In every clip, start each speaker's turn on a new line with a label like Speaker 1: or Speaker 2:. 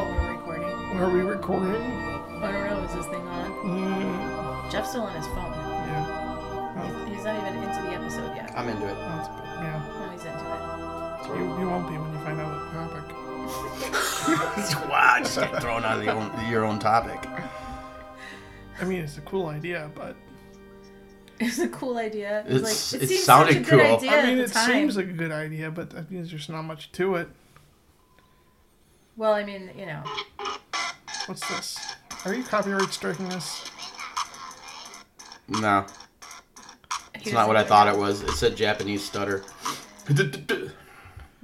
Speaker 1: Oh,
Speaker 2: Are we recording?
Speaker 1: I don't know, is this thing on?
Speaker 2: Mm,
Speaker 1: Jeff's still on his phone.
Speaker 2: yeah.
Speaker 1: He's- He's not even into the episode yet.
Speaker 3: I'm into it.
Speaker 2: That's, yeah.
Speaker 1: No, he's into it.
Speaker 2: You, you won't be when you find out the topic.
Speaker 3: wow, just get thrown out of your own, your own topic.
Speaker 2: I mean, it's a cool idea, but
Speaker 1: It's a cool idea. It's,
Speaker 3: It's-
Speaker 1: like,
Speaker 3: it
Speaker 1: it, seems
Speaker 3: sounded
Speaker 1: such a
Speaker 3: cool.
Speaker 1: good idea
Speaker 2: I mean,
Speaker 1: at
Speaker 2: it
Speaker 1: the time.
Speaker 2: seems like a good idea, but I think there's just not much to it.
Speaker 1: well, I mean, you know,
Speaker 2: What's this? Are you copyright striking this?
Speaker 1: he
Speaker 3: No, it's not
Speaker 1: doesn't
Speaker 3: what I
Speaker 1: really-
Speaker 3: thought it was. It's a Japanese stutter.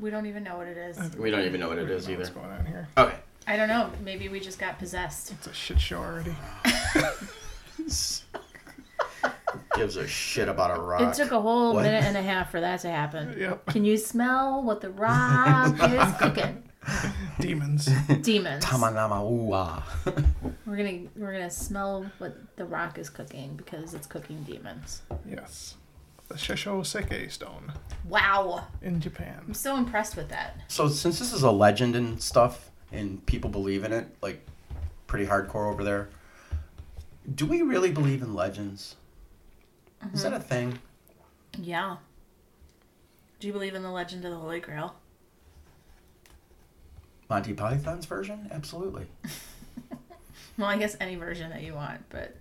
Speaker 1: We don't even know what it is.
Speaker 3: We don't even know what
Speaker 2: I
Speaker 3: it
Speaker 2: don't
Speaker 3: is
Speaker 2: know
Speaker 3: either.
Speaker 2: What's going on here?
Speaker 3: Okay.
Speaker 1: I don't know. Maybe we just got possessed.
Speaker 2: It's a shit show already.
Speaker 3: Gives a shit about a rock.
Speaker 1: It took a whole
Speaker 3: What?
Speaker 1: minute and a half for that to happen.
Speaker 2: Yep.
Speaker 1: Can you smell what the rock is cooking?
Speaker 2: Demons.
Speaker 1: Demons.
Speaker 3: Tamanamauwa.
Speaker 1: We're gonna we're gonna smell what the rock is cooking because it's cooking demons.
Speaker 2: Yes. The Shisho Seke stone
Speaker 1: Wow.
Speaker 2: in
Speaker 1: I'm
Speaker 2: Japan.
Speaker 1: so impressed with that.
Speaker 3: So since this is a legend and stuff, and people believe in it, like pretty hardcore over there. Do we really believe in legends? Is
Speaker 1: Mm-hmm.
Speaker 3: that a thing?
Speaker 1: Yeah. Do you believe in the legend of the Holy Grail?
Speaker 3: Monty Python's version? Absolutely.
Speaker 1: Well, I guess any version that you want, but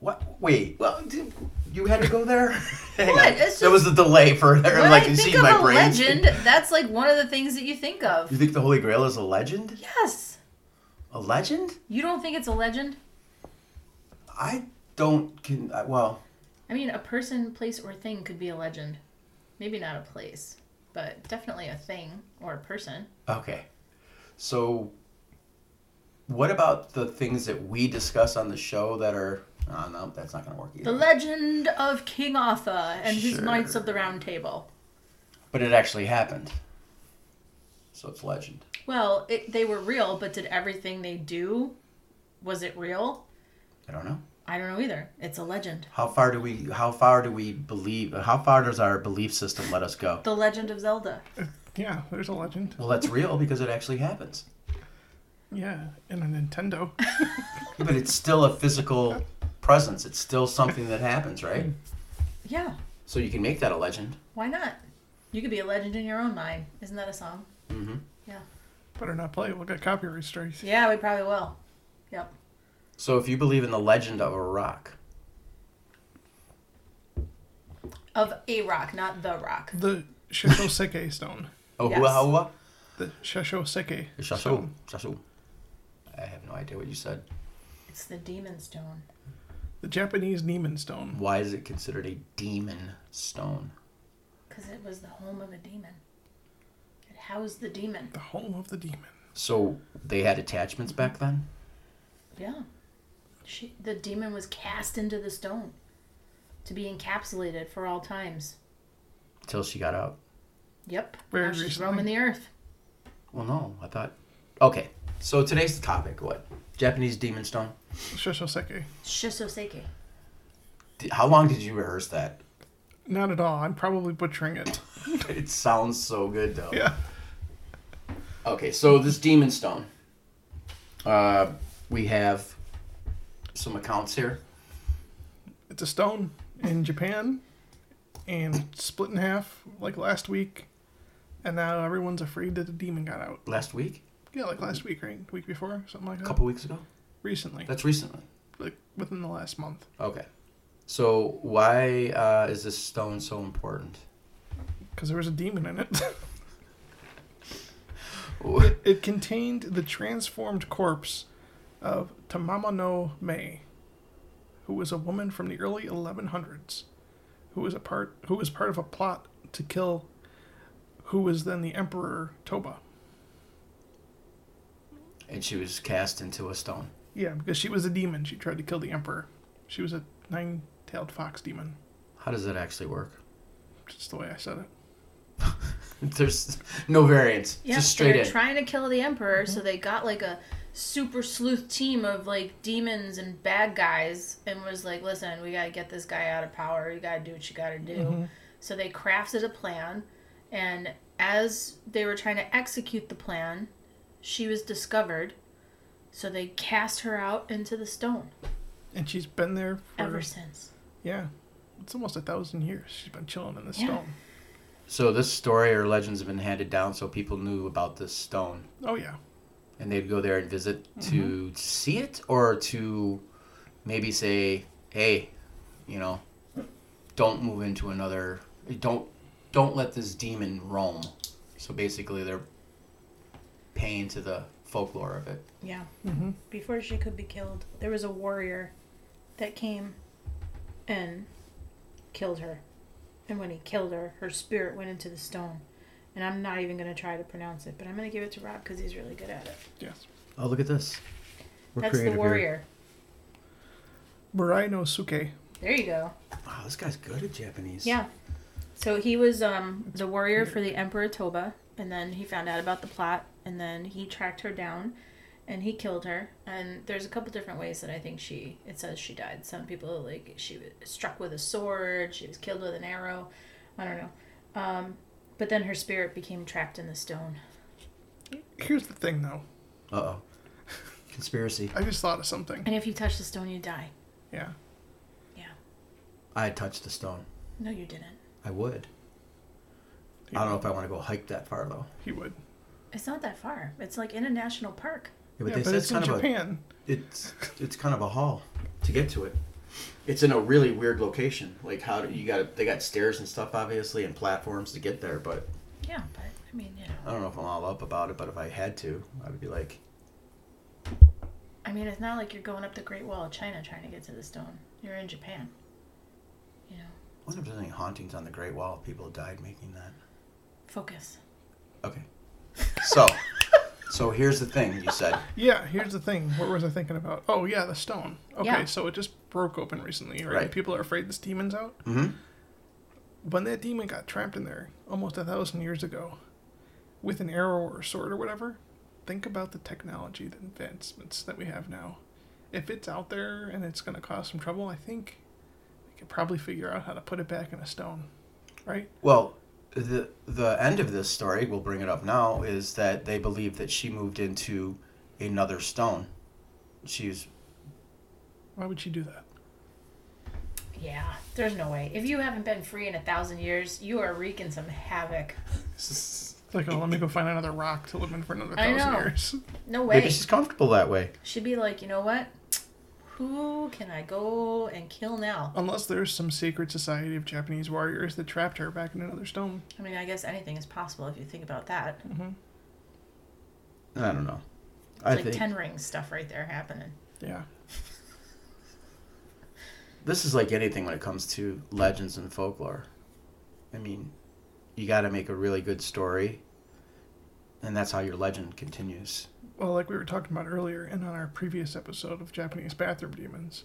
Speaker 3: What? Wait. Well, d- you had to go there. Hang
Speaker 1: What?
Speaker 3: on.
Speaker 1: It's just-
Speaker 3: there was a delay for there.
Speaker 1: when
Speaker 3: like
Speaker 1: I
Speaker 3: you
Speaker 1: think
Speaker 3: see
Speaker 1: of
Speaker 3: my
Speaker 1: a
Speaker 3: brain.
Speaker 1: legend, that's like one of the things that you think
Speaker 3: You
Speaker 1: of.
Speaker 3: think the Holy Grail is a legend?
Speaker 1: Yes.
Speaker 3: A legend?
Speaker 1: You don't think it's a legend?
Speaker 3: I don't can. I- Well,
Speaker 1: I mean, a person, place, or thing could be a legend. Maybe not a place, but definitely a thing or a person.
Speaker 3: okay. So, what about the things that we discuss on the show that are? Oh no, that's not gonna work either.
Speaker 1: The legend of King Arthur and his Knights of the Round Table.
Speaker 3: but it actually happened. So it's legend.
Speaker 1: Well, it, they were real, but did everything they do, was it real?
Speaker 3: I don't know.
Speaker 1: I don't know either. It's a legend.
Speaker 3: How far do we? How far do we believe? How far does our belief system let us go?
Speaker 1: The Legend of Zelda.
Speaker 2: Yeah, there's a legend.
Speaker 3: Well, that's real because it actually happens.
Speaker 2: Yeah, in a Nintendo.
Speaker 3: But it's still a physical presence. It's still something that happens, right?
Speaker 1: Yeah,
Speaker 3: So you can make that a legend.
Speaker 1: why not? You could be a legend in your own mind. Isn't that a song?
Speaker 3: Mm-hmm.
Speaker 1: Yeah.
Speaker 2: Better not play it. We'll get copyright strikes.
Speaker 1: Yeah, we probably will. Yep.
Speaker 3: So if you believe in the legend of a rock,
Speaker 1: Of a rock, not the rock.
Speaker 2: The Shisho Seke stone.
Speaker 3: oh,
Speaker 1: Yes.
Speaker 3: hua, hua,
Speaker 2: The Shisho Seke.
Speaker 3: shasu,
Speaker 2: stone.
Speaker 3: shasu. I have no idea what you said.
Speaker 1: It's the demon stone.
Speaker 2: The Japanese Nemen stone.
Speaker 3: Why is it considered a demon stone?
Speaker 1: Because it was the home of a demon. It housed the demon.
Speaker 2: The home of the demon.
Speaker 3: So they had attachments back then.
Speaker 1: Yeah. She, the demon was cast into the stone to be encapsulated for all times.
Speaker 3: Till she got out.
Speaker 1: Yep.
Speaker 2: Very
Speaker 1: now she's
Speaker 2: recently.
Speaker 1: roaming the earth.
Speaker 3: Well, no, I thought. Okay, so today's topic what? Japanese demon stone.
Speaker 2: Shisho Seke.
Speaker 1: Shisoseki.
Speaker 3: Did, how long did you rehearse that?
Speaker 2: Not at all. I'm probably butchering it.
Speaker 3: It sounds so good though.
Speaker 2: Yeah.
Speaker 3: Okay, so this demon stone. Uh, we have some accounts here.
Speaker 2: It's a stone in Japan and split in half like last week. And now everyone's afraid that the demon got out.
Speaker 3: Last week,
Speaker 2: Yeah, like last week, right? Week before? Something like
Speaker 3: a
Speaker 2: that.
Speaker 3: couple weeks ago.
Speaker 2: Recently.
Speaker 3: That's recently.
Speaker 2: Like within the last month.
Speaker 3: Okay. So why uh, is this stone so important?
Speaker 2: Because there was a demon in it.
Speaker 3: Wh-
Speaker 2: it contained the transformed corpse of Tamama no May, who was a woman from the early 1100s, who was a part who was part of a plot to kill, who was then the Emperor Toba.
Speaker 3: And she was cast into a stone.
Speaker 2: Yeah, because she was a demon. She tried to kill the Emperor. She was a nine-tailed fox demon.
Speaker 3: How does that actually work?
Speaker 2: Just the way I said it.
Speaker 3: There's no variance.
Speaker 1: Yeah,
Speaker 3: Just
Speaker 1: they
Speaker 3: straight
Speaker 1: were
Speaker 3: in.
Speaker 1: trying to kill the emperor, so they got like a super sleuth team of like demons and bad guys, and was like, "Listen, we gotta get this guy out of power. You gotta do what you gotta do." So they crafted a plan, and as they were trying to execute the plan, she was discovered. So they cast her out into the stone
Speaker 2: And she's been there for
Speaker 1: ever since.
Speaker 2: yeah, it's almost a thousand years. She's been chilling in the
Speaker 1: Yeah.
Speaker 2: stone.
Speaker 3: So this story or legends have been handed down so people knew about this stone.
Speaker 2: Oh yeah,
Speaker 3: and they'd go there and visit
Speaker 1: Mm-hmm.
Speaker 3: to see it or to maybe say hey you know don't move into another don't don't let this demon roam so basically they're paying to the folklore of it
Speaker 1: Yeah.
Speaker 2: mm-hmm.
Speaker 1: Before she could be killed, there was a warrior that came and killed her. And when he killed her, her spirit went into the stone. And I'm not even going to try to pronounce it, but I'm going to give it to Rob because he's really good at it.
Speaker 2: yes.
Speaker 3: oh look at this We're
Speaker 1: That's the
Speaker 3: creative here.
Speaker 1: warrior.
Speaker 2: Murai no Suke.
Speaker 1: There you go.
Speaker 3: wow this guy's good at japanese
Speaker 1: Yeah. So he was um, the warrior for the Emperor Toba, and then he found out about the plot, and then he tracked her down, and he killed her. And there's a couple different ways that I think she it says she died. Some people are like she was struck with a sword, she was killed with an arrow. I don't know. Um, but then her spirit became trapped in the stone.
Speaker 2: Here's the thing, though.
Speaker 3: uh-oh conspiracy
Speaker 2: I just thought of something.
Speaker 1: And if you touch the stone, you die.
Speaker 2: Yeah.
Speaker 3: i touched the stone
Speaker 1: No, you didn't.
Speaker 3: i would
Speaker 2: He
Speaker 3: i don't know if i want to go hike that far though
Speaker 2: He would.
Speaker 1: It's not that far. It's like in a national park.
Speaker 3: yeah,
Speaker 2: yeah, but it's in Japan.
Speaker 3: it's it's kind of a haul to get to it. It's in a really weird location. Like how do you got they got stairs and stuff obviously and platforms to get there, but
Speaker 1: Yeah, but I mean, you know,
Speaker 3: I don't know if I'm all up about it, but if I had to, I would be like,
Speaker 1: I mean, it's not like you're going up the Great Wall of China trying to get to the stone. You're in Japan. You know,
Speaker 3: I wonder if there's any hauntings on the Great Wall. People have died making that.
Speaker 1: focus.
Speaker 3: Okay. So so here's the thing you said.
Speaker 2: Yeah, here's the thing. What was I thinking about? Oh yeah, the stone. Okay,
Speaker 1: Yeah.
Speaker 2: so it just broke open recently, right?
Speaker 3: Right.
Speaker 2: People are afraid this demon's out.
Speaker 3: Mhm.
Speaker 2: When that demon got trapped in there almost a thousand years ago, with an arrow or a sword or whatever, think about the technology, the advancements that we have now. If it's out there and it's gonna cause some trouble, I think we could probably figure out how to put it back in a stone, right?
Speaker 3: Well, the the end of this story, we'll bring it up now, is that they believe that she moved into another stone. She's
Speaker 2: Why would she do that?
Speaker 1: Yeah, there's no way. If you haven't been free in a thousand years, you are wreaking some havoc.
Speaker 2: It's like, oh, let me go find another rock to live in for another
Speaker 1: I
Speaker 2: thousand
Speaker 1: know.
Speaker 2: years.
Speaker 1: No
Speaker 3: maybe
Speaker 1: way.
Speaker 3: she's comfortable that way.
Speaker 1: She'd be like, you know what? Who can I go and kill now?
Speaker 2: Unless there's some secret society of Japanese warriors that trapped her back in another stone.
Speaker 1: I mean, I guess anything is possible if you think about that. It's
Speaker 3: I don't know. I
Speaker 1: like
Speaker 3: think
Speaker 1: Ten Rings stuff right there happening.
Speaker 2: Yeah.
Speaker 3: this is like anything when it comes to legends and folklore. I mean, you got to make a really good story, and that's how your legend continues.
Speaker 2: Well, like we were talking about earlier and on our previous episode of Japanese bathroom demons,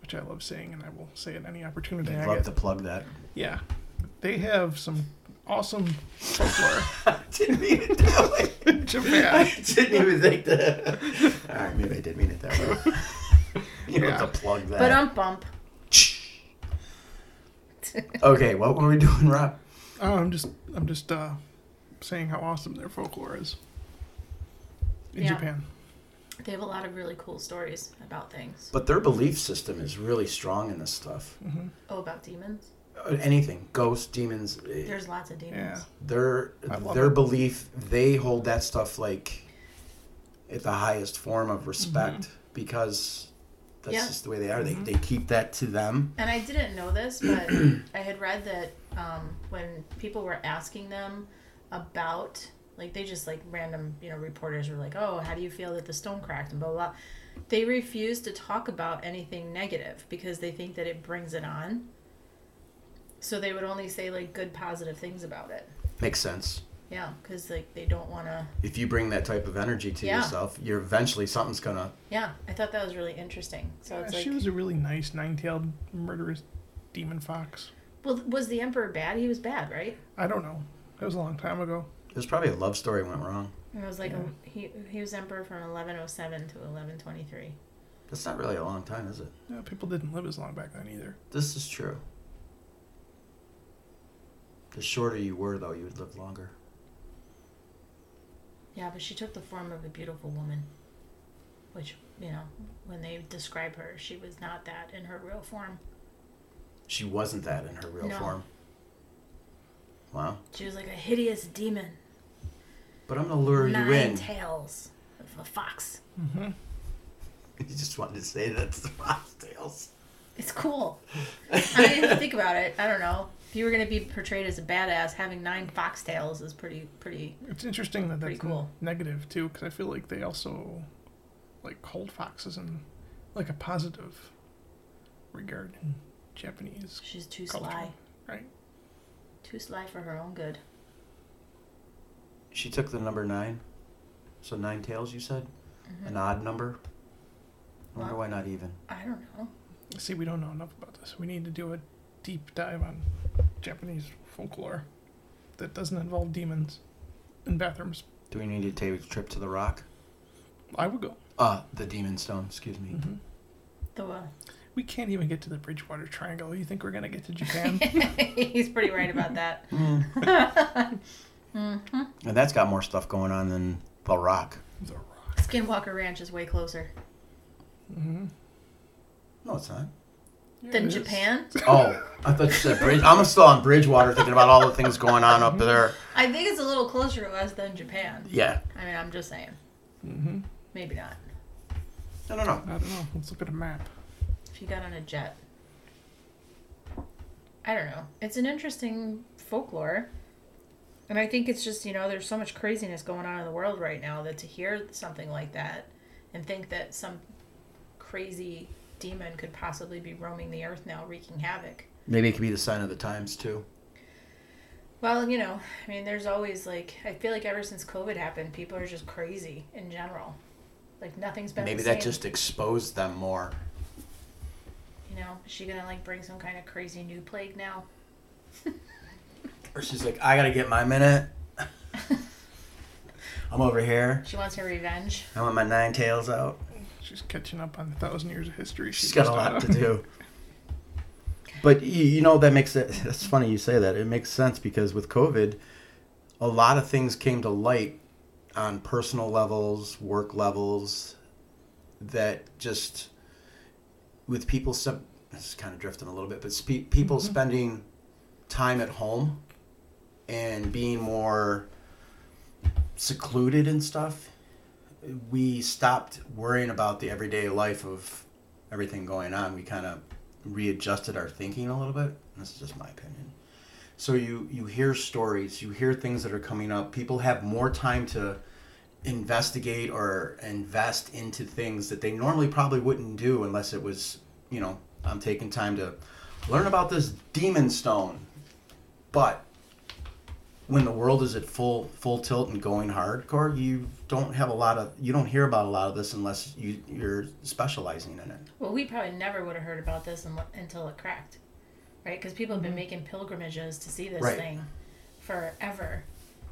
Speaker 2: which I love saying and I will say at any opportunity
Speaker 3: I'd
Speaker 2: I
Speaker 3: love
Speaker 2: get.
Speaker 3: to plug that.
Speaker 2: Yeah. They have some awesome folklore
Speaker 3: I didn't mean it that way.
Speaker 2: in Japan.
Speaker 3: didn't even think that. All right, maybe I did mean it that way. you
Speaker 2: Yeah.
Speaker 3: have to plug that.
Speaker 1: But um, bump.
Speaker 3: okay, what were we doing, Rob?
Speaker 2: Oh, I'm just I'm just uh saying how awesome their folklore is. In
Speaker 1: Yeah.
Speaker 2: Japan.
Speaker 1: They have a lot of really cool stories about things.
Speaker 3: But their belief system is really strong in this stuff.
Speaker 2: Mm-hmm.
Speaker 1: Oh, about demons.
Speaker 3: Uh, Anything, ghosts, demons, eh,
Speaker 1: There's lots of demons.
Speaker 2: Yeah.
Speaker 3: their
Speaker 2: I love
Speaker 3: their
Speaker 2: it.
Speaker 3: belief they hold that stuff like at the highest form of respect because
Speaker 1: Mm-hmm.
Speaker 3: that's
Speaker 1: Yeah. Mm-hmm.
Speaker 3: just the way they are they, they keep that to them
Speaker 1: And I didn't know this, but I had read that um, when people were asking them about, like, they just like random, you know, reporters were like, "Oh, how do you feel that the stone cracked?" and blah blah. blah. They refuse to talk about anything negative because they think that it brings it on. So they would only say like good, positive things about it.
Speaker 3: makes sense
Speaker 1: Yeah, because like they don't want to.
Speaker 3: if you bring that type of energy to
Speaker 1: Yeah.
Speaker 3: yourself you're eventually something's gonna
Speaker 1: Yeah, I thought that was really interesting. So it's like,
Speaker 2: she was a really nice nine-tailed murderous demon fox.
Speaker 1: well, was the emperor bad? He was bad, right?
Speaker 2: I don't know. That was a long time ago.
Speaker 3: there's probably a love story went wrong
Speaker 1: It was like a, he he was emperor from 1107 to 1123.
Speaker 3: that's not really a long time is it
Speaker 2: Yeah, people didn't live as long back then either.
Speaker 3: this is true the shorter you were though you would live longer
Speaker 1: Yeah, but she took the form of a beautiful woman. Which, you know, when they describe her, she was not that in her real form.
Speaker 3: She wasn't that in her real
Speaker 1: No.
Speaker 3: form. Wow.
Speaker 1: She was like a hideous demon.
Speaker 3: But I'm gonna lure
Speaker 1: nine
Speaker 3: you in.
Speaker 1: tails of a fox.
Speaker 2: Mm-hmm.
Speaker 3: you just wanted to say that's the Foxtails.
Speaker 1: It's cool. I mean, if you think about it, I don't know. If you were going to be portrayed as a badass, having nine foxtails is pretty, pretty.
Speaker 2: It's interesting that
Speaker 1: Pretty
Speaker 2: that's
Speaker 1: cool.
Speaker 2: negative too, because I feel like they also like hold foxes in like a positive regard in Japanese.
Speaker 1: She's too
Speaker 2: Culture.
Speaker 1: sly.
Speaker 2: Right.
Speaker 1: Too sly for her own good.
Speaker 3: She took the number nine. So nine tails, you said?
Speaker 1: Mm-hmm.
Speaker 3: An odd number? I wonder
Speaker 1: Wow.
Speaker 3: why not even.
Speaker 1: I don't know.
Speaker 2: See, we don't know enough about this. We need to do a deep dive on Japanese folklore that doesn't involve demons and bathrooms.
Speaker 3: Do we need to take a trip to the rock?
Speaker 2: I would go.
Speaker 3: Uh, the Demon Stone, excuse me.
Speaker 1: Mm-hmm.
Speaker 2: Mhm.
Speaker 1: The uh,
Speaker 2: We can't even get to the Bridgewater Triangle. You think we're gonna get to Japan?
Speaker 1: he's pretty right about that.
Speaker 3: Mm-hmm.
Speaker 1: Mm-hmm.
Speaker 3: And that's got more stuff going on than the rock.
Speaker 2: the Rock. Mm-hmm.
Speaker 1: Skinwalker Ranch is way closer
Speaker 3: No, it's not.
Speaker 1: than
Speaker 2: Yes.
Speaker 1: Japan.
Speaker 3: Oh, I thought you said Bridge. I'm still on Bridgewater thinking about all the things going on up there.
Speaker 1: I think it's a little closer to us than Japan.
Speaker 3: Yeah.
Speaker 1: I mean, I'm just saying. Maybe not.
Speaker 3: No, no, no.
Speaker 2: Mm-hmm. I don't know. Let's look at a map.
Speaker 1: If you got on a jet. I don't know. It's an interesting folklore. And I think it's just, you know, there's so much craziness going on in the world right now that to hear something like that and think that some crazy demon could possibly be roaming the earth now wreaking havoc.
Speaker 3: Maybe it could be the sign of the times, too.
Speaker 1: Well, you know, I mean, there's always like, I feel like ever since COVID happened, people are just crazy in general. Like, nothing's been
Speaker 3: Maybe
Speaker 1: the
Speaker 3: that
Speaker 1: same.
Speaker 3: just exposed them more.
Speaker 1: You know, is she gonna like bring some kind of crazy new plague now?
Speaker 3: Or she's like, I gotta get my minute. I'm over here.
Speaker 1: She wants her revenge.
Speaker 3: I want my nine tails out.
Speaker 2: She's catching up on a thousand years of history.
Speaker 3: She's got a
Speaker 2: missed out
Speaker 3: lot to
Speaker 2: on.
Speaker 3: do. But y- you know that makes it. It's funny you say that. It makes sense because with COVID, a lot of things came to light on personal levels, work levels, that just with people. Some this is kind of drifting a little bit, but spe- people spending time at home and being more secluded and stuff. We stopped worrying about the everyday life of everything going on, we kind of readjusted our thinking a little bit. This is just my opinion. So you you hear stories, you hear things that are coming up. People have more time to investigate or invest into things that they normally probably wouldn't do unless it was, you know, I'm taking time to learn about this demon stone. But when the world is at full full tilt and going hardcore, you don't have a lot of you don't hear about a lot of this unless you you're specializing in it.
Speaker 1: Well, we probably never would have heard about this un- until it cracked, right? Because people have been making pilgrimages to see this
Speaker 3: Right.
Speaker 1: thing forever,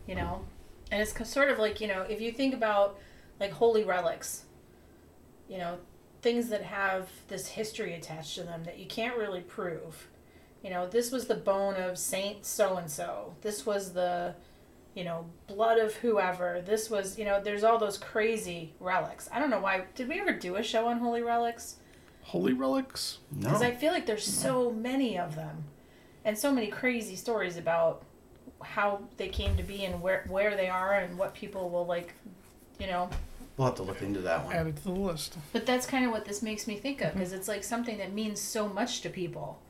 Speaker 1: you know. And it's co- sort of like you know, if you think about like holy relics, you know, things that have this history attached to them that you can't really prove. You know, this was the bone of Saint so and so. This was the you know, blood of whoever. This was, you know, there's all those crazy relics. I don't know why. Did we ever do a show on holy relics?
Speaker 2: Holy relics.
Speaker 3: No.
Speaker 1: Because I feel like there's so many of them, and so many crazy stories about how they came to be and where where they are and what people will like, you know.
Speaker 3: We'll have to look into that one.
Speaker 2: Added to the list.
Speaker 1: But that's kind of what this makes me think of, because it's like something that means so much to people.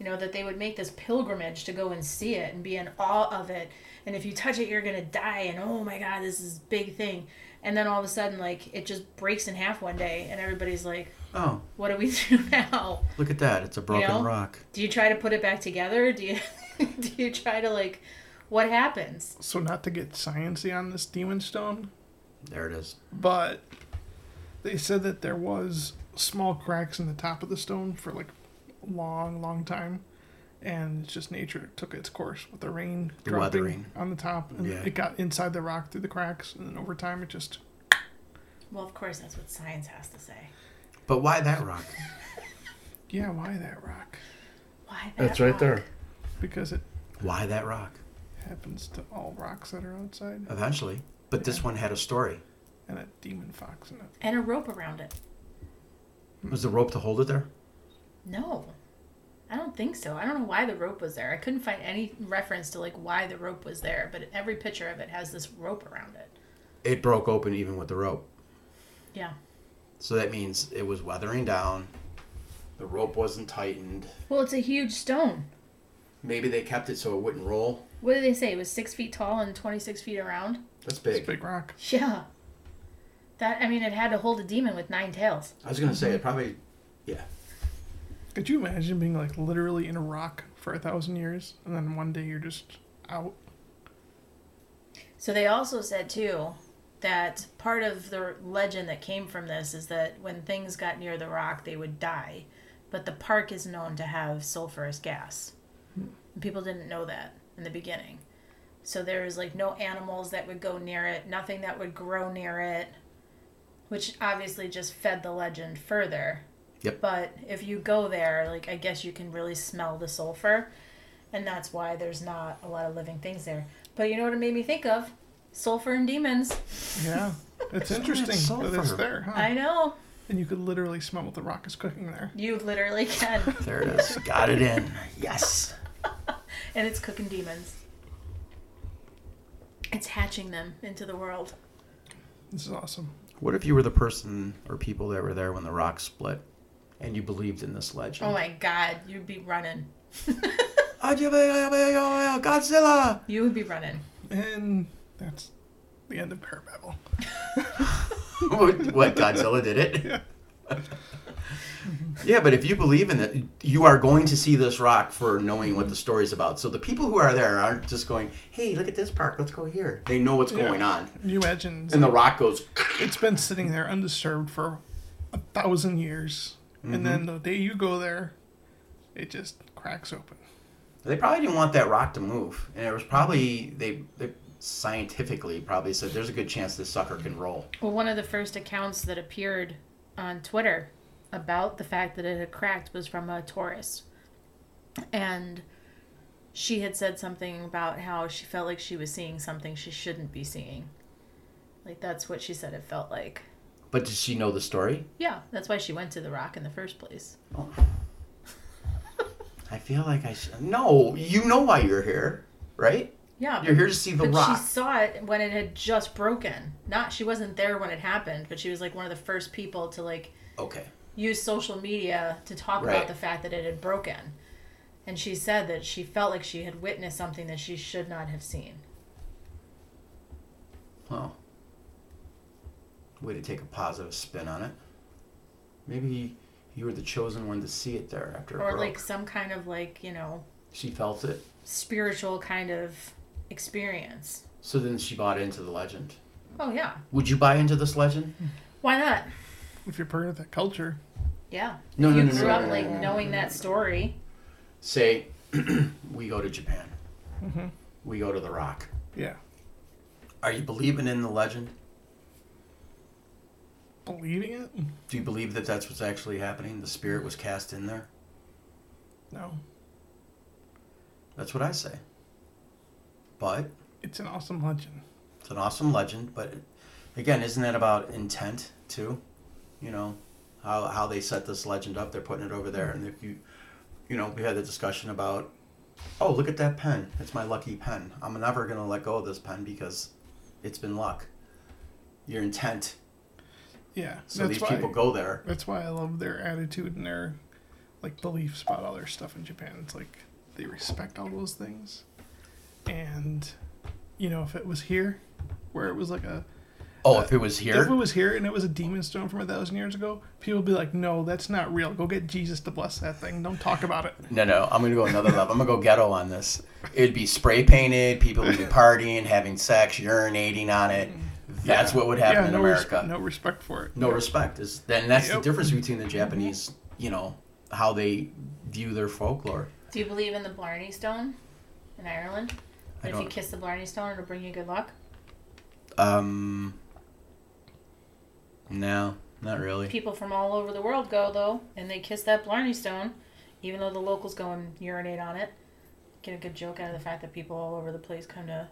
Speaker 1: You know that they would make this pilgrimage to go and see it and be in awe of it, and if you touch it, you're gonna die, and oh my god, this is a big thing. And then all of a sudden, like it just breaks in half one day, and everybody's like,
Speaker 3: Oh,
Speaker 1: "What do we do now?"
Speaker 3: look at that. It's a broken
Speaker 1: know?
Speaker 3: rock.
Speaker 1: do you try to put it back together do you do you try to like what happens
Speaker 2: So not to get sciency on this demon stone,
Speaker 3: There it is.
Speaker 2: but they said that there was small cracks in the top of the stone for like a long, long time, and it's just nature took its course with the rain
Speaker 3: The
Speaker 2: dropping
Speaker 3: weathering.
Speaker 2: on the top, and
Speaker 3: Yeah.
Speaker 2: it got inside the rock through the cracks, and then over time it just
Speaker 1: well of course that's what science has to say
Speaker 3: But why that rock?
Speaker 2: yeah, why that rock?
Speaker 1: why that
Speaker 4: That's right
Speaker 1: rock?
Speaker 4: there.
Speaker 2: Because it
Speaker 3: Why that rock?
Speaker 2: happens to all rocks that are outside.
Speaker 3: Eventually. But this one had a story.
Speaker 2: and a demon fox in it.
Speaker 1: and a rope around it.
Speaker 3: Was the rope to hold it there?
Speaker 1: No, I don't think so. I don't know why the rope was there. I couldn't find any reference to like why the rope was there, but every picture of it has this rope around it.
Speaker 3: It broke open even with the rope.
Speaker 1: Yeah.
Speaker 3: So that means it was weathering down. The rope wasn't tightened.
Speaker 1: Well, it's a huge stone.
Speaker 3: Maybe they kept it so it wouldn't roll.
Speaker 1: What did they say? It was six feet tall and 26 feet around?
Speaker 3: That's
Speaker 2: It's
Speaker 3: big.
Speaker 2: a big rock.
Speaker 1: Yeah. That, I mean, it had to hold a demon with nine tails.
Speaker 3: I was gonna say it probably. Yeah.
Speaker 2: Could you imagine being like literally in a rock for a thousand years and then one day you're just out?
Speaker 1: So they also said, too, that part of the legend that came from this is that when things got near the rock, they would die. But the park is known to have sulfurous gas. And people didn't know that in the beginning. So there was like no animals that would go near it, nothing that would grow near it, which obviously just fed the legend further.
Speaker 3: Yep.
Speaker 1: But if you go there, like I guess you can really smell the sulfur, and that's why there's not a lot of living things there. But you know what it made me think of? Sulfur and demons.
Speaker 2: Yeah. It's interesting that it's
Speaker 3: sulfur.
Speaker 2: there, huh?
Speaker 1: I know.
Speaker 2: And you could literally smell what the rock is cooking there.
Speaker 1: You literally can.
Speaker 3: There it is. Got it in. Yes.
Speaker 1: and it's cooking demons. It's hatching them into the world.
Speaker 2: This is awesome.
Speaker 3: What if you were the person or people that were there when the rock split, and you believed in this legend?
Speaker 1: Oh my god, you'd be running.
Speaker 3: Ajay, Godzilla.
Speaker 1: You would be running.
Speaker 2: And that's the end of Parababble.
Speaker 3: what what, Godzilla did it? Yeah. but if you believe in it, you are going to see this rock for knowing what the story's about. So the people who are there aren't just going, "Hey, look at this park. Let's go here." They know what's
Speaker 2: Yeah.
Speaker 3: going on,
Speaker 2: Can you imagine?
Speaker 3: and the rock goes.
Speaker 2: It's been sitting there undisturbed for a thousand years.
Speaker 3: Mm-hmm.
Speaker 2: And then the day you go there, it just cracks open.
Speaker 3: They probably didn't want that rock to move, and it was probably they, they scientifically probably said there's a good chance this sucker can roll.
Speaker 1: Well, one of the first accounts that appeared on Twitter about the fact that it had cracked was from a tourist. And she had said something about how she felt like she was seeing something she shouldn't be seeing. Like, that's what she said it felt like.
Speaker 3: But did she know the story?
Speaker 1: Yeah, that's why she went to the rock in the first place.
Speaker 3: I feel like I should. No, you know why you're here, right?
Speaker 1: Yeah,
Speaker 3: You're here to see the
Speaker 1: but
Speaker 3: rock.
Speaker 1: she saw it when it had just broken. Not she wasn't there when it happened, but she was like one of the first people to like
Speaker 3: Okay.
Speaker 1: use social media to talk
Speaker 3: Right.
Speaker 1: about the fact that it had broken. And she said that she felt like she had witnessed something that she should not have seen.
Speaker 3: Well, way to take a positive spin on it. Maybe you were the chosen one to see it there after it
Speaker 1: Or
Speaker 3: broke.
Speaker 1: like some kind of like, you know,
Speaker 3: she felt it,
Speaker 1: spiritual kind of experience.
Speaker 3: so then she bought into the legend.
Speaker 1: Oh yeah.
Speaker 3: Would you buy into this legend?
Speaker 1: Why not?
Speaker 2: If you're part of that culture,
Speaker 1: Yeah.
Speaker 3: No,
Speaker 1: you
Speaker 3: no, no, no,
Speaker 1: grew
Speaker 3: no,
Speaker 1: up
Speaker 3: no,
Speaker 1: like
Speaker 3: no, no,
Speaker 1: knowing that story.
Speaker 3: Say, we go to Japan. We go to the Rock.
Speaker 2: yeah,
Speaker 3: Are you believing in the legend?
Speaker 2: believing it?
Speaker 3: Do you believe that that's what's actually happening? The spirit was cast in there.
Speaker 2: No.
Speaker 3: That's what I say. But
Speaker 2: It's an awesome legend.
Speaker 3: It's an awesome legend, but again, isn't that about intent too? You know, how how they set this legend up, they're putting it over there, and if you, you know, we had the discussion about, oh, look at that pen, it's my lucky pen. I'm never gonna let go of this pen because it's been luck. Your intent.
Speaker 2: Yeah.
Speaker 3: So these people go there.
Speaker 2: That's why I love their attitude and their like beliefs about all their stuff in Japan. It's like they respect all those things. And you know, if it was here, where it was like a
Speaker 3: Oh, if it was
Speaker 2: if it
Speaker 3: here,
Speaker 2: was here and it was a demon stone from a thousand years ago, people would be like, No, that's not real. Go get Jesus to bless that thing. Don't talk about it.
Speaker 3: no, no, I'm gonna go another level. I'm gonna go ghetto on this. It'd be spray painted. People would be partying, having sex, urinating on it. That's what would happen
Speaker 2: yeah,
Speaker 3: in
Speaker 2: no, res-
Speaker 3: America.
Speaker 2: no respect for it.
Speaker 3: no respect is then that's
Speaker 2: Yep.
Speaker 3: the difference between the japanese you know how they view their folklore
Speaker 1: Do you believe in the Blarney Stone in Ireland?
Speaker 3: I
Speaker 1: If you
Speaker 3: don't-
Speaker 1: kiss the Blarney Stone, it'll bring you good luck.
Speaker 3: um no not really
Speaker 1: People from all over the world go though, and they kiss that Blarney Stone, even though the locals go and urinate on it. Get a good joke out of the fact that people all over the place come to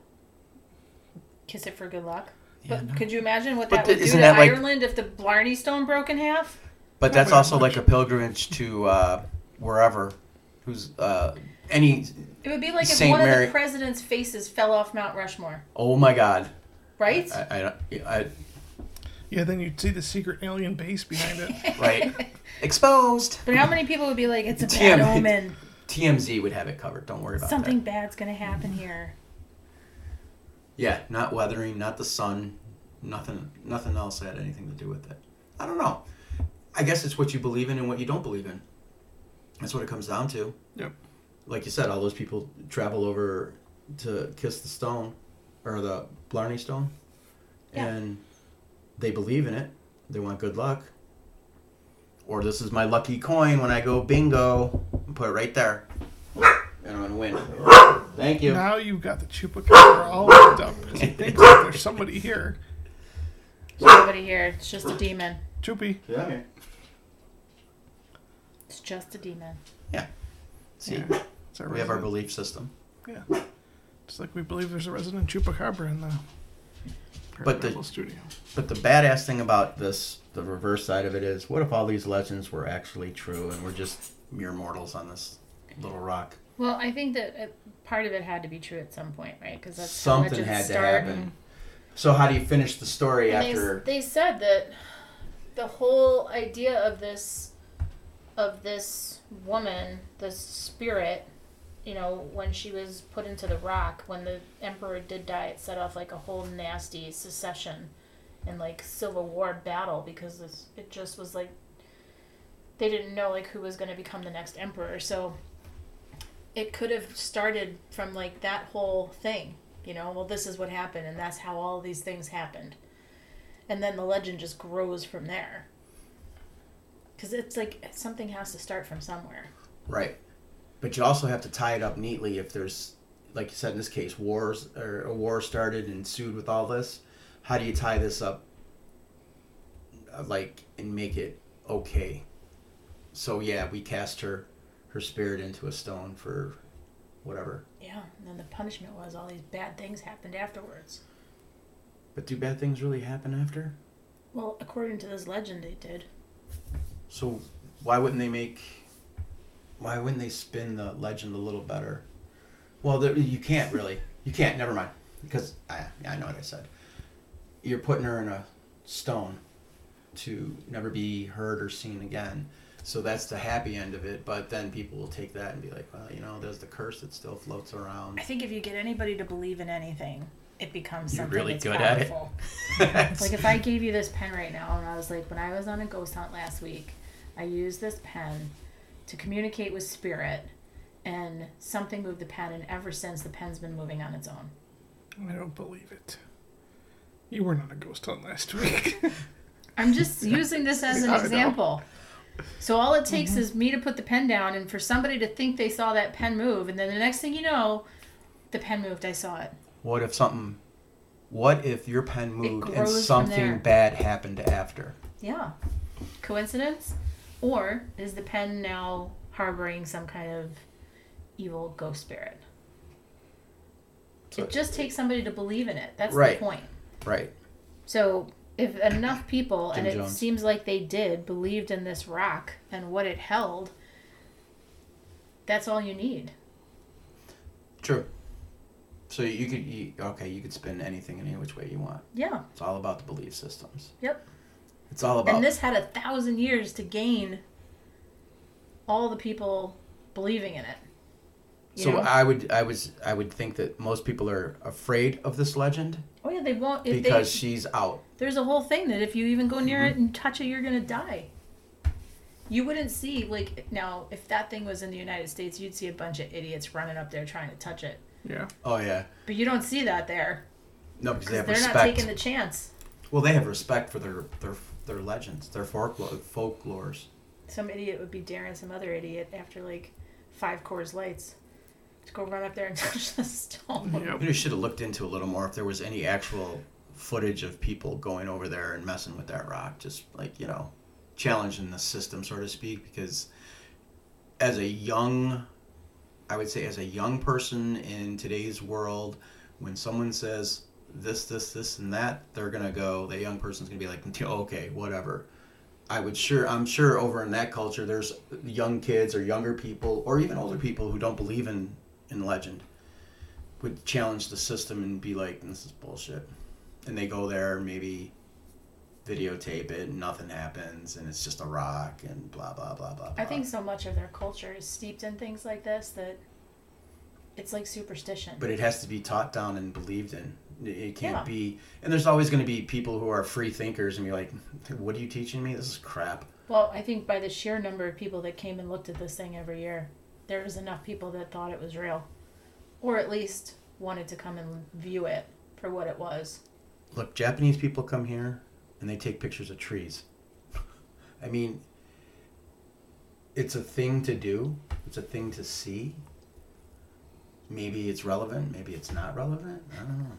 Speaker 1: kiss it for good luck.
Speaker 3: Yeah,
Speaker 1: but
Speaker 3: no.
Speaker 1: could you imagine what that
Speaker 3: But the-
Speaker 1: would do
Speaker 3: isn't
Speaker 1: to
Speaker 3: that like-
Speaker 1: Ireland if the Blarney Stone broke in half?
Speaker 3: But that's
Speaker 2: very
Speaker 3: also
Speaker 2: much.
Speaker 3: like a pilgrimage to uh, wherever, who's uh, any.
Speaker 1: It would be like if
Speaker 3: Saint
Speaker 1: one of
Speaker 3: Mary-
Speaker 1: the president's faces fell off Mount Rushmore,
Speaker 3: Oh my God!
Speaker 1: right?
Speaker 3: I, I, don't- I
Speaker 2: Yeah, then you'd see the secret alien base behind it.
Speaker 3: uh, right exposed.
Speaker 1: but how many people would be like, "It's a bad
Speaker 3: Damn it.
Speaker 1: omen.
Speaker 3: TMZ would have it covered. Don't worry about
Speaker 1: Something
Speaker 3: that.
Speaker 1: bad's gonna happen here."
Speaker 3: Yeah, not weathering, not the sun, nothing, nothing else had anything to do with it. I don't know. I guess it's what you believe in and what you don't believe in. That's what it comes down to.
Speaker 2: Yep.
Speaker 3: Like you said, all those people travel over to kiss the stone or the Blarney Stone,
Speaker 1: Yeah.
Speaker 3: and they believe in it. They want good luck. Or this is my lucky coin when I go bingo. and Put it right there, and I'm gonna win. Thank you.
Speaker 2: Now you've got the chupacabra all hooked up. He thinks that there's somebody here.
Speaker 1: There's nobody here. It's just a demon.
Speaker 2: Chupi,
Speaker 3: Yeah.
Speaker 1: It's just a demon.
Speaker 3: See,
Speaker 2: Yeah. it's our
Speaker 3: we have our
Speaker 2: resident.
Speaker 3: belief system.
Speaker 2: Yeah. It's like we believe there's a resident chupacabra in the
Speaker 3: But the-
Speaker 2: Paranormal studio.
Speaker 3: But the badass thing about this, the reverse side of it is, what if all these legends were actually true and we're just mere mortals on this little rock?
Speaker 1: Well, I think that uh, part of it had to be true at some point, right? Because that's how
Speaker 3: Something
Speaker 1: legends
Speaker 3: had to
Speaker 1: start.
Speaker 3: happen. So how do you finish the story
Speaker 1: And
Speaker 3: after?
Speaker 1: They, they said that the whole idea of this of this woman, this spirit, you know, when she was put into the rock, when the emperor did die, it set off like a whole nasty secession and like civil war battle because it's, it just was like they didn't know like who was going to become the next emperor. So it could have started from like that whole thing, you know, well this is what happened and that's how all these things happened and then the legend just grows from there. Because it's like something has to start from somewhere.
Speaker 3: Right. But you also have to tie it up neatly if there's, like you said in this case, wars or a war started and ensued with all this. How do you tie this up, uh, like, and make it okay? So yeah, we cast her, her spirit into a stone for, whatever.
Speaker 1: Yeah, and then the punishment was all these bad things happened afterwards.
Speaker 3: But do bad things really happen after?
Speaker 1: Well, according to this legend, they did.
Speaker 3: So why wouldn't they make? Why wouldn't they spin the legend a little better? Well, there, you can't really. You can't. Never mind. Because I, I know what I said. You're putting her in a stone to never be heard or seen again. So that's the happy end of it. But then people will take that and be like, well, you know, there's the curse that still floats around.
Speaker 1: I think if you get anybody to believe in anything, it becomes
Speaker 3: You're
Speaker 1: something
Speaker 3: really
Speaker 1: that's
Speaker 3: good at it.
Speaker 1: powerful. It's like if I gave you this pen right now, and I was like, when I was on a ghost hunt last week, I used this pen to communicate with spirit, and something moved the pen, and ever since the pen's been moving on its own.
Speaker 2: I don't believe it. You weren't on a ghost hunt last week.
Speaker 1: I'm just using this as an
Speaker 2: I know.
Speaker 1: example. So all it takes is me to put the pen down and for somebody to think they saw that pen move and then the next thing you know, the pen moved, I saw it.
Speaker 3: What if something? What if your pen moved and
Speaker 1: grows from there.
Speaker 3: something bad happened after?
Speaker 1: Yeah. Coincidence? Or is the pen now harboring some kind of evil ghost spirit?
Speaker 3: So-
Speaker 1: it just takes somebody to believe in it. That's
Speaker 3: Right.
Speaker 1: the point.
Speaker 3: Right.
Speaker 1: So if enough people, and
Speaker 3: Jim
Speaker 1: it
Speaker 3: Jones.
Speaker 1: seems like they did, believed in this rock and what it held, that's all you need.
Speaker 3: True. So you could you, okay, you could spin anything any which way you want.
Speaker 1: Yeah.
Speaker 3: It's all about the belief systems.
Speaker 1: Yep.
Speaker 3: It's all about
Speaker 1: And this had a thousand years to gain all the people believing in it. You
Speaker 3: So
Speaker 1: know?
Speaker 3: I would I was I would think that most people are afraid of this legend
Speaker 1: oh yeah, they won't. If
Speaker 3: because Mm-hmm.
Speaker 1: they,
Speaker 3: she's out.
Speaker 1: there's a whole thing that if you even go near it and touch it, you're gonna die. You wouldn't see like now if that thing was in the United States, you'd see a bunch of idiots running up there trying to touch it.
Speaker 2: yeah.
Speaker 3: Oh yeah.
Speaker 1: But you don't see that there
Speaker 3: No, because they
Speaker 1: because
Speaker 3: have
Speaker 1: they're not
Speaker 3: respect.
Speaker 1: taking the chance.
Speaker 3: Well, they have respect for their their their legends, their folklore, folklores.
Speaker 1: some idiot would be daring some other idiot after like five cores lights to go run up there and touch the stone.
Speaker 2: Yep.
Speaker 3: Maybe I should have looked into a little more if there was any actual footage of people going over there and messing with that rock, just like, you know, challenging the system, so to speak, because as a young, I would say, as a young person in today's world, when someone says this, this, this, and that, they're gonna go. The young person's gonna be like, okay, whatever. I would sure, I'm sure over in that culture, there's young kids or younger people or even older people who don't believe in in legend would challenge the system and be like, this is bullshit. And they go there, maybe videotape it, and nothing happens, and it's just a rock and blah blah blah blah.
Speaker 1: I
Speaker 3: blah.
Speaker 1: think so much of their culture is steeped in things like this that it's like superstition.
Speaker 3: but it has to be taught down and believed in. It- It can't
Speaker 1: Yeah.
Speaker 3: be, and there's always going to be people who are free thinkers and be like, "What are you teaching me? This is crap."
Speaker 1: well, I think by the sheer number of people that came and looked at this thing every year, there was enough people that thought it was real, or at least wanted to come and view it for what it was.
Speaker 3: Look, Japanese people come here and they take pictures of trees. I mean, it's a thing to do. It's a thing to see. Maybe it's relevant. Maybe it's not relevant. I don't know.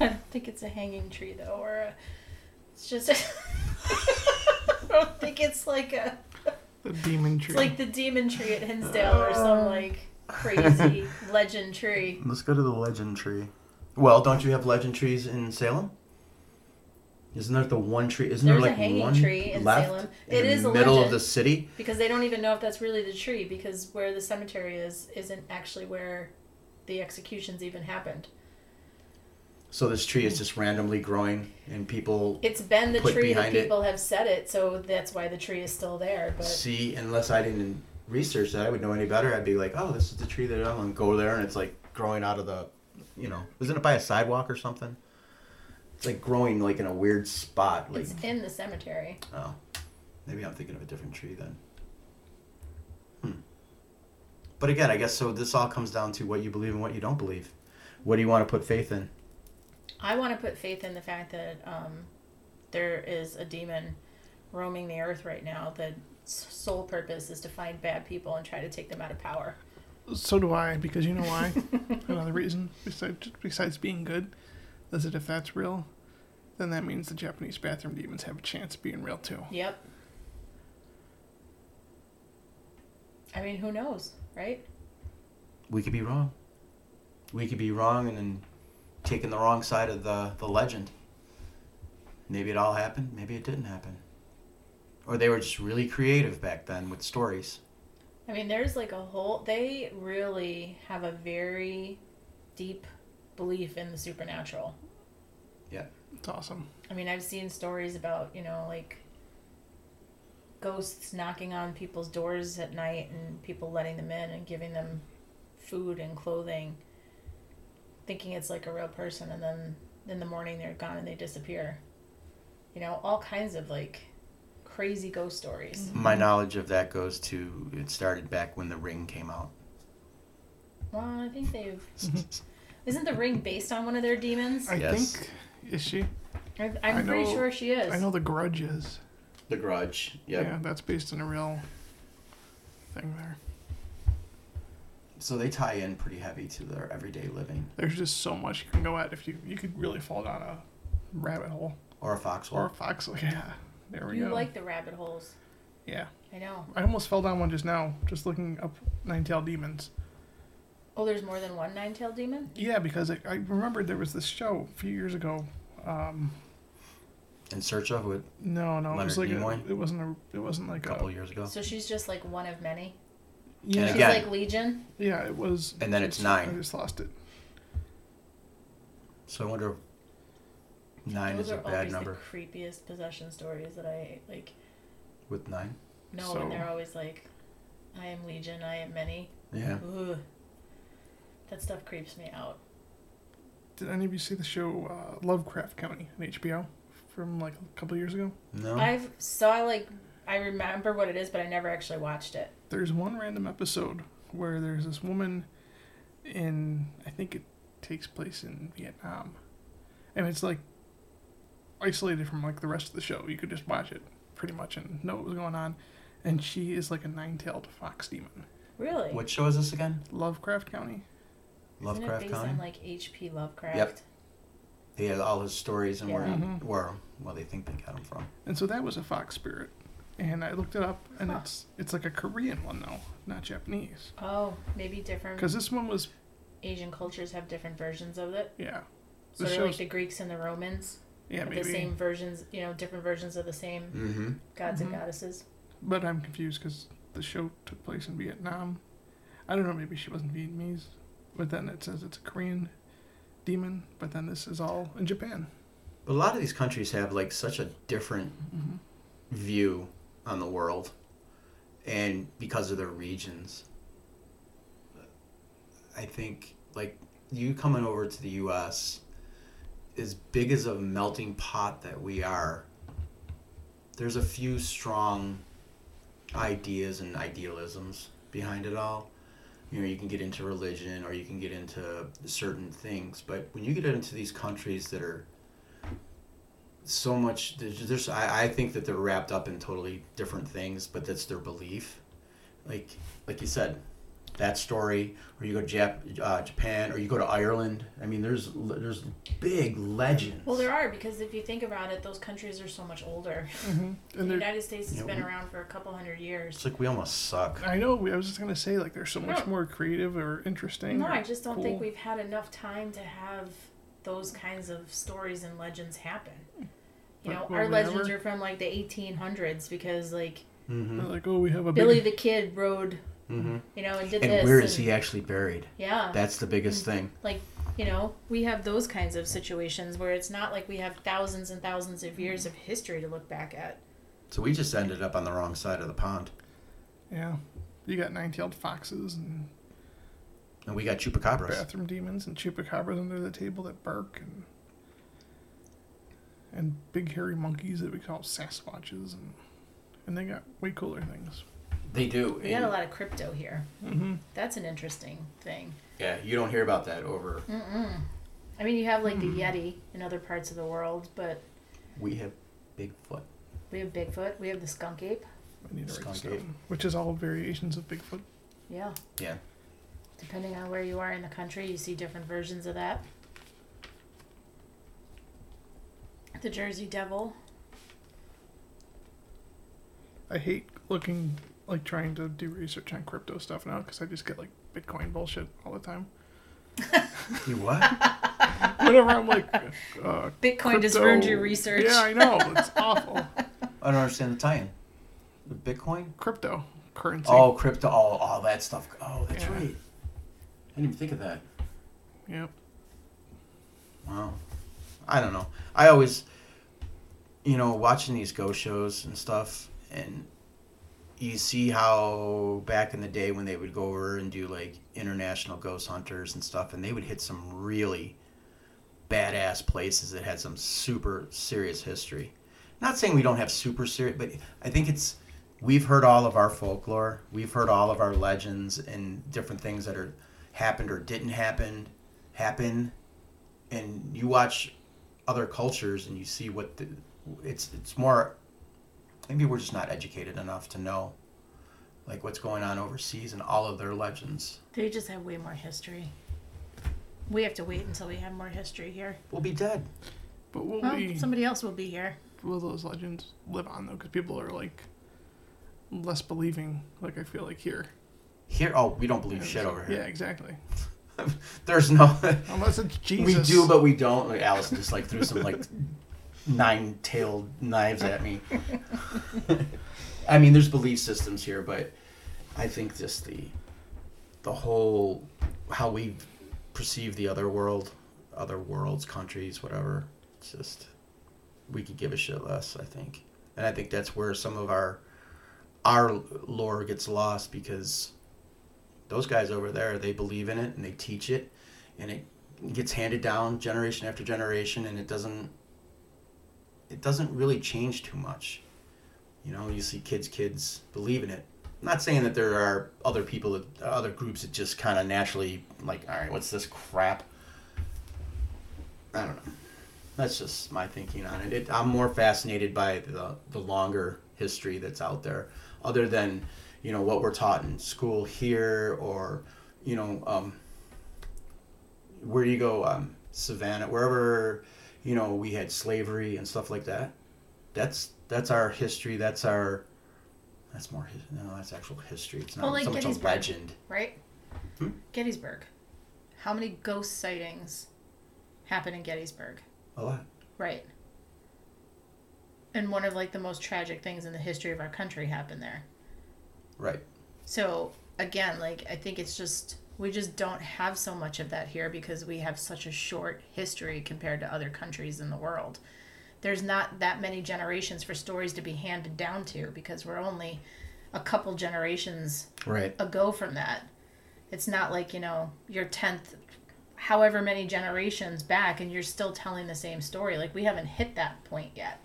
Speaker 1: I don't think it's a hanging tree though, or a, it's just. I don't think it's like a
Speaker 2: The demon tree.
Speaker 1: it's like the demon tree at Hinsdale or some like crazy legend tree.
Speaker 3: Let's go to the legend tree. Well, don't you have legend trees in Salem? Isn't there the one tree? Isn't
Speaker 1: There's a
Speaker 3: there like
Speaker 1: hanging
Speaker 3: one
Speaker 1: tree in
Speaker 3: left
Speaker 1: Salem.
Speaker 3: in
Speaker 1: It
Speaker 3: the
Speaker 1: is a
Speaker 3: middle of
Speaker 1: legend.
Speaker 3: the city?
Speaker 1: because they don't even know if that's really the tree because where the cemetery is isn't actually where the executions even happened.
Speaker 3: So this tree is just randomly growing, and people
Speaker 1: It's been the
Speaker 3: Put
Speaker 1: tree that
Speaker 3: behind it.
Speaker 1: people have said it, so that's why the tree is still there. But
Speaker 3: see. Unless I didn't research that, I would know any better. I'd be like, "Oh, this is the tree that I'm and go there," and it's like growing out of the, you know, isn't it by a sidewalk or something? It's like growing like in a weird spot. Like,
Speaker 1: it's in the cemetery.
Speaker 3: oh, maybe I'm thinking of a different tree then. Hmm. But again, I guess so. This all comes down to what you believe and what you don't believe. What do you want to put faith in?
Speaker 1: I want to put faith in the fact that um, there is a demon roaming the earth right now. The sole purpose is to find bad people and try to take them out of power.
Speaker 2: So do I, because you know why? Another reason, besides, besides being good, is that if that's real, then that means the Japanese bathroom demons have a chance of being real too.
Speaker 1: Yep. I mean, who knows, right?
Speaker 3: we could be wrong. We could be wrong and then taking the wrong side of the, the legend. Maybe it all happened, maybe it didn't happen. Or they were just really creative back then with stories.
Speaker 1: I mean, there's like a whole. They really have a very deep belief in the supernatural.
Speaker 2: It's awesome.
Speaker 1: I mean, I've seen stories about, you know, like ghosts knocking on people's doors at night and people letting them in and giving them food and clothing, thinking it's like a real person, and then in the morning they're gone and they disappear. You know, all kinds of like crazy ghost stories.
Speaker 3: My knowledge of that goes to it started back when The Ring came out.
Speaker 1: Well, I think they've. Isn't the ring based on one of their demons?
Speaker 2: I
Speaker 3: Yes.
Speaker 2: think is she?
Speaker 1: I, I'm
Speaker 2: I
Speaker 1: pretty
Speaker 2: know-
Speaker 1: sure she is.
Speaker 2: I know the Grudge is.
Speaker 3: The Grudge.
Speaker 2: Yeah, that's based on a real thing there.
Speaker 3: So they tie in pretty heavy to their everyday living
Speaker 2: There's just so much you can go at if you you could really fall down a rabbit hole
Speaker 3: or a
Speaker 2: or a
Speaker 3: foxhole.
Speaker 2: foxhole. Yeah, there we
Speaker 1: You
Speaker 2: go.
Speaker 1: like the rabbit holes.
Speaker 2: yeah,
Speaker 1: I know.
Speaker 2: I almost fell down one just now, just looking up nine-tailed demons.
Speaker 1: Oh, there's more than one nine tailed demon?
Speaker 2: Yeah, because I, I remembered there was this show a few years ago. Um,
Speaker 3: In search of it
Speaker 2: no, no, it was like
Speaker 3: Leonard
Speaker 2: a,
Speaker 3: Nimoy?
Speaker 2: it wasn't a it wasn't like
Speaker 3: a couple
Speaker 2: a
Speaker 3: years ago.
Speaker 1: So she's just like one of many.
Speaker 2: yeah
Speaker 1: She's
Speaker 3: Again.
Speaker 1: like Legion.
Speaker 2: yeah it was.
Speaker 3: And then it's
Speaker 2: I
Speaker 3: nine.
Speaker 2: just lost it.
Speaker 3: So I wonder if nine
Speaker 1: Those
Speaker 3: is a
Speaker 1: are
Speaker 3: bad
Speaker 1: always
Speaker 3: number.
Speaker 1: the creepiest possession stories that I like.
Speaker 3: With nine?
Speaker 1: No,
Speaker 2: So-
Speaker 1: and they're always like, "I am Legion. I am many."
Speaker 3: Yeah.
Speaker 1: Ugh. That stuff creeps me out.
Speaker 2: Did any of you see the show uh, Lovecraft County on HBO from like a couple years ago?
Speaker 1: Mm-hmm.
Speaker 3: No.
Speaker 1: I've saw like I remember what it is, but I never actually watched it.
Speaker 2: there's one random episode where there's this woman in I think it takes place in Vietnam. And it's like isolated from like the rest of the show. You could just watch it pretty much and know what was going on. And she is like a nine-tailed fox demon.
Speaker 1: Really?
Speaker 3: What show is this again?
Speaker 2: Lovecraft County.
Speaker 1: Isn't it
Speaker 3: Lovecraft
Speaker 1: based
Speaker 3: County.
Speaker 1: on like H.P. Lovecraft?
Speaker 3: Yep. He had all his stories and where
Speaker 1: Yeah.
Speaker 2: Mhm.
Speaker 3: where well they think they got him from.
Speaker 2: And so that was a fox spirit. And I looked it up and
Speaker 1: Huh.
Speaker 2: it's it's like a Korean one though, not Japanese.
Speaker 1: Oh, maybe different
Speaker 2: Cuz this one was
Speaker 1: Asian cultures have different versions of it.
Speaker 2: yeah.
Speaker 1: Sort
Speaker 2: This
Speaker 1: of like
Speaker 2: shows-
Speaker 1: the Greeks and the Romans.
Speaker 2: Yeah,
Speaker 1: Like
Speaker 2: maybe.
Speaker 1: The same versions, you know, different versions of the same
Speaker 3: Mm-hmm.
Speaker 1: gods
Speaker 2: Mhm.
Speaker 1: and goddesses.
Speaker 2: But I'm confused because the show took place in Vietnam. I don't know. Maybe she wasn't Vietnamese. But then it says it's a Korean demon. But then this is all in Japan.
Speaker 3: A lot of these countries have like such a different
Speaker 2: Mhm.
Speaker 3: view on the world, and because of their regions, I think like you coming over to the U.S. as big as a melting pot that we are. There's a few strong ideas and idealisms behind it all. You know, you can get into religion or you can get into certain things, but when you get into these countries that are so much there's, there's I, I think that they're wrapped up in totally different things but that's their belief like like you said that story or you go to Jap- uh, japan or you go to ireland i mean there's there's big legends
Speaker 1: Well, there are because if you think about it, those countries are so much older.
Speaker 2: And
Speaker 1: the
Speaker 2: there,
Speaker 1: United States has
Speaker 3: Yeah,
Speaker 1: been
Speaker 3: we-
Speaker 1: around for a couple hundred
Speaker 3: it's
Speaker 1: years.
Speaker 3: like we almost suck
Speaker 2: I know. I was just gonna say like there's so much
Speaker 1: No.
Speaker 2: more creative or interesting.
Speaker 1: No,
Speaker 2: or
Speaker 1: I just don't
Speaker 2: cool.
Speaker 1: think we've had enough time to have those kinds of stories and legends happen. You
Speaker 2: Like,
Speaker 1: know,
Speaker 2: well,
Speaker 1: our legends
Speaker 2: whenever-
Speaker 1: are from like the 1800s because like
Speaker 2: They're
Speaker 3: mm-hmm.
Speaker 2: like oh we have a
Speaker 1: Billy
Speaker 2: big
Speaker 1: the Kid rode,
Speaker 3: Mm-hmm.
Speaker 1: you know, and did
Speaker 3: and
Speaker 1: this.
Speaker 3: where is
Speaker 1: and-
Speaker 3: he actually buried
Speaker 1: Yeah. Mm-hmm.
Speaker 3: that's the biggest thing
Speaker 1: like you know we have those kinds of situations where it's not like we have thousands and thousands of years of history to look back at
Speaker 3: so we just ended up on the wrong side of the pond
Speaker 2: yeah. You got nine-tailed foxes and
Speaker 3: and we got chupacabras
Speaker 2: bathroom demons and chupacabras under the table that bark and and big hairy monkeys that we call sasquatches and and they got way cooler things.
Speaker 3: they do
Speaker 1: we got
Speaker 3: and-
Speaker 1: a lot of crypto here
Speaker 2: Mm-hmm.
Speaker 1: that's an interesting thing
Speaker 3: yeah you don't hear about that over
Speaker 1: Mm-mm. i mean you have like the
Speaker 2: Hmm.
Speaker 1: yeti in other parts of the world but
Speaker 3: we have bigfoot
Speaker 1: we have bigfoot we have the skunk ape
Speaker 2: I need to write
Speaker 3: Skunk
Speaker 2: this
Speaker 3: ape.
Speaker 2: down. Which is all variations of Bigfoot.
Speaker 1: yeah
Speaker 3: yeah
Speaker 1: depending on where you are in the country you see different versions of that the jersey devil
Speaker 2: I hate looking like trying to do research on crypto stuff now because I just get like Bitcoin bullshit all the time.
Speaker 3: you what
Speaker 2: Whenever I'm like, uh,
Speaker 1: bitcoin just
Speaker 2: crypto-
Speaker 1: ruined your research
Speaker 2: Yeah, I know it's awful.
Speaker 3: I don't understand the tie-in. The Bitcoin?
Speaker 2: Crypto currency.
Speaker 3: Oh, crypto, all, all that stuff. Oh, that's
Speaker 2: Yeah.
Speaker 3: right. I didn't even think of that.
Speaker 2: Yep.
Speaker 3: Wow. I don't know. I always, you know, watching these ghost shows and stuff, and you see how back in the day when they would go over and do like international ghost hunters and stuff, and they would hit some really badass places that had some super serious history. Not saying we don't have super serious, but I think it's we've heard all of our folklore, we've heard all of our legends and different things that are happened or didn't happen, happen and you watch other cultures and you see what the, it's it's more maybe we're just not educated enough to know like what's going on overseas and all of their legends
Speaker 1: They just have way more history. We have to wait until we have more history here.
Speaker 3: we'll be dead
Speaker 2: But will
Speaker 1: Well,
Speaker 2: we?
Speaker 1: somebody else will be here.
Speaker 2: Will those legends live on though? Because people are like less believing. Like I feel like here.
Speaker 3: here oh we don't believe shit over
Speaker 2: Yeah,
Speaker 3: here
Speaker 2: exactly.
Speaker 3: there's no
Speaker 2: Unless it's
Speaker 3: we
Speaker 2: Jesus.
Speaker 3: do but we don't like allison just like threw some like nine-tailed knives at me i mean there's belief systems here but i think just the the whole how we perceive the other world other worlds countries whatever it's just we could give a shit less i think and i think that's where some of our our lore gets lost because those guys over there they believe in it and they teach it and it gets handed down generation after generation and it doesn't it doesn't really change too much you know you see kids kids believe in it not saying that there are other people that other groups that just kind of naturally like all right what's this crap i don't know that's just my thinking on it. it i'm more fascinated by the the longer history that's out there other than you know what we're taught in school here or you know um, where you go um, savannah wherever you know we had slavery and stuff like that that's that's our history that's our that's more his, no that's actual history it's not
Speaker 1: Well, like
Speaker 3: so much a
Speaker 1: Gettysburg.
Speaker 3: legend
Speaker 1: Right?
Speaker 3: Hmm?
Speaker 1: Gettysburg. How many ghost sightings happen in Gettysburg.
Speaker 3: A lot.
Speaker 1: Right. And one of like the most tragic things in the history of our country happened there.
Speaker 3: Right.
Speaker 1: So again, like I think it's just we just don't have so much of that here because we have such a short history compared to other countries in the world. There's not that many generations for stories to be handed down to because we're only a couple generations
Speaker 3: Right.
Speaker 1: ago from that. It's not like, you know, your 10th, however many generations back, and you're still telling the same story. Like, we haven't hit that point yet.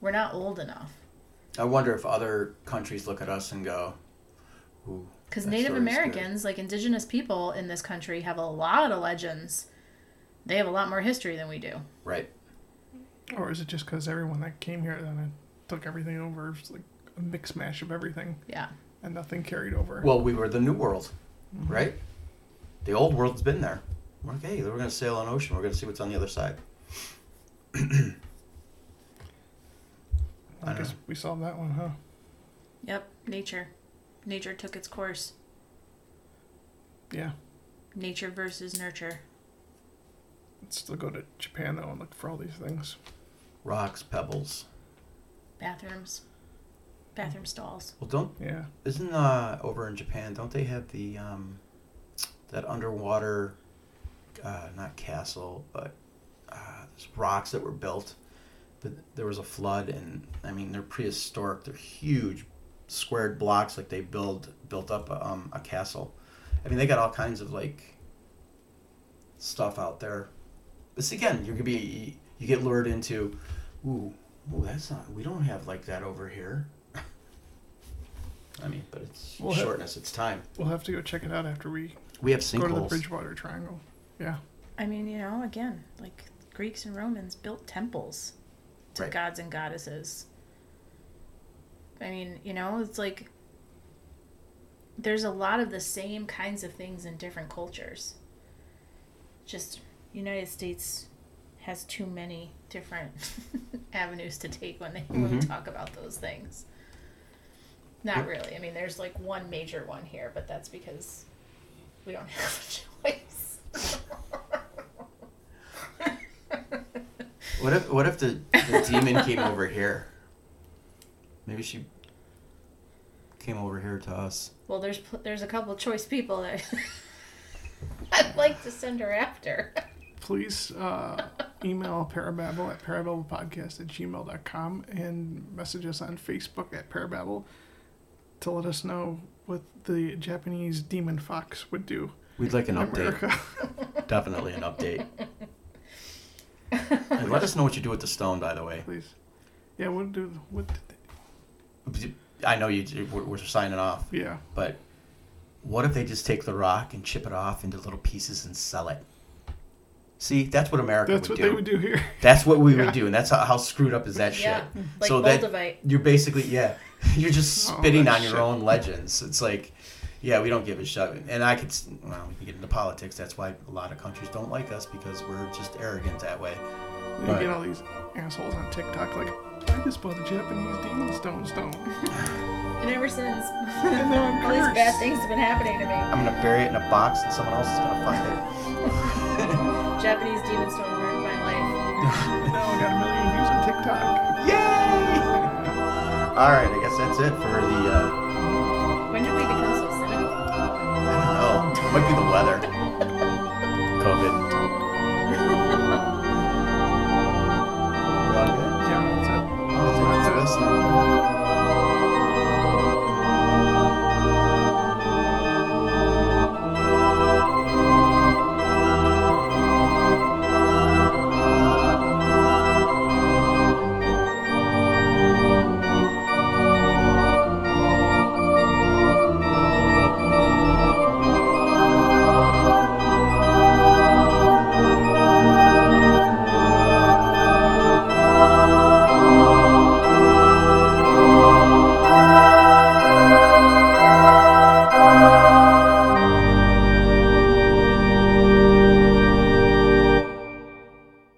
Speaker 1: We're not old enough.
Speaker 3: I wonder if other countries look at us and go, "Ooh."
Speaker 1: Because
Speaker 3: that
Speaker 1: Native
Speaker 3: story's good."
Speaker 1: Americans, like indigenous people in this country, have a lot of legends. They have a lot more history than we do.
Speaker 3: Right.
Speaker 2: Or is it just because everyone that came here then it took everything over? It's like a mix mash of everything
Speaker 1: Yeah.
Speaker 2: and nothing carried over. Mm-hmm.
Speaker 3: Well, we were the New World, right? The old world's been there. We're like, hey, we're gonna sail an ocean. We're gonna see what's on the other side.
Speaker 2: I
Speaker 3: I
Speaker 2: guess we solved that one, huh?
Speaker 1: Yep. Nature. Nature took its course.
Speaker 2: Yeah.
Speaker 1: Nature versus nurture.
Speaker 2: Let's still go to Japan though and look for all these things.
Speaker 3: Rocks, pebbles.
Speaker 1: Bathrooms. Bathroom stalls.
Speaker 3: Well, don't
Speaker 2: Yeah.
Speaker 3: isn't uh over in Japan? Don't they have the um that underwater, uh, not castle, but uh, those rocks that were built. But there was a flood, and I mean they're prehistoric. They're huge, squared blocks like they build built up um, a castle. I mean they got all kinds of like stuff out there. This again, you could be you get lured into, ooh, ooh, that's not. We don't have like that over here. I mean, but it's
Speaker 2: Well, have-
Speaker 3: shortness. It's time.
Speaker 2: We'll have to go check it out after we
Speaker 3: We have
Speaker 2: go to the
Speaker 3: sinkholes.
Speaker 2: Bridgewater Triangle. Yeah.
Speaker 1: I mean, you know, again, like Greeks and Romans built temples to
Speaker 3: Right.
Speaker 1: gods and goddesses. I mean, you know, it's like there's a lot of the same kinds of things in different cultures. Just United States has too many different avenues to take when they when we
Speaker 3: Mhm.
Speaker 1: talk about those things. Not really. I mean, there's like one major one here, but that's because we don't have a choice.
Speaker 3: What if what if the, the demon came over here? Maybe she came over here to us.
Speaker 1: Well, there's pl- there's a couple choice people that I'd like to send her after.
Speaker 2: Please uh, email Parababble at parabablepodcast at gmail.com and message us on Facebook at Parababble to let us know what the Japanese demon fox would do
Speaker 3: We'd like an
Speaker 2: in
Speaker 3: update.
Speaker 2: America.
Speaker 3: Definitely an update. And let us know what you do with the stone, by the way.
Speaker 2: Please. Yeah, what do what did they-
Speaker 3: I know you. We're, we're signing off,
Speaker 2: yeah.
Speaker 3: but what if they just take the rock and chip it off into little pieces and sell it? See, that's what America
Speaker 2: That's
Speaker 3: would
Speaker 2: what
Speaker 3: do.
Speaker 2: they would do here.
Speaker 3: That's what we
Speaker 2: Yeah.
Speaker 3: would do, and that's how, how screwed up is that
Speaker 1: Yeah,
Speaker 3: shit.
Speaker 1: like
Speaker 3: so
Speaker 1: Moldavite.
Speaker 3: that you're basically yeah, you're just
Speaker 2: Oh,
Speaker 3: spitting
Speaker 2: that
Speaker 3: on your
Speaker 2: shit.
Speaker 3: own legends. It's like, yeah, we don't give a shit. And I could, s- well, we can get into politics. That's why a lot of countries don't like us because we're just arrogant that way.
Speaker 2: You
Speaker 3: Right.
Speaker 2: get all these assholes on TikTok like, I just bought a Japanese demon stone stone.
Speaker 1: And ever since,
Speaker 2: And now I'm
Speaker 1: all these
Speaker 2: cursed.
Speaker 1: bad things have been happening to me.
Speaker 3: I'm gonna bury it in a box, and someone else is gonna find
Speaker 1: Japanese demon stone ruined my life.
Speaker 2: And now I got a million views on TikTok.
Speaker 3: it. Yay! All right, I guess that's it for the. Uh,
Speaker 1: When did we become so cynical?
Speaker 3: I don't know. oh, It might be the weather.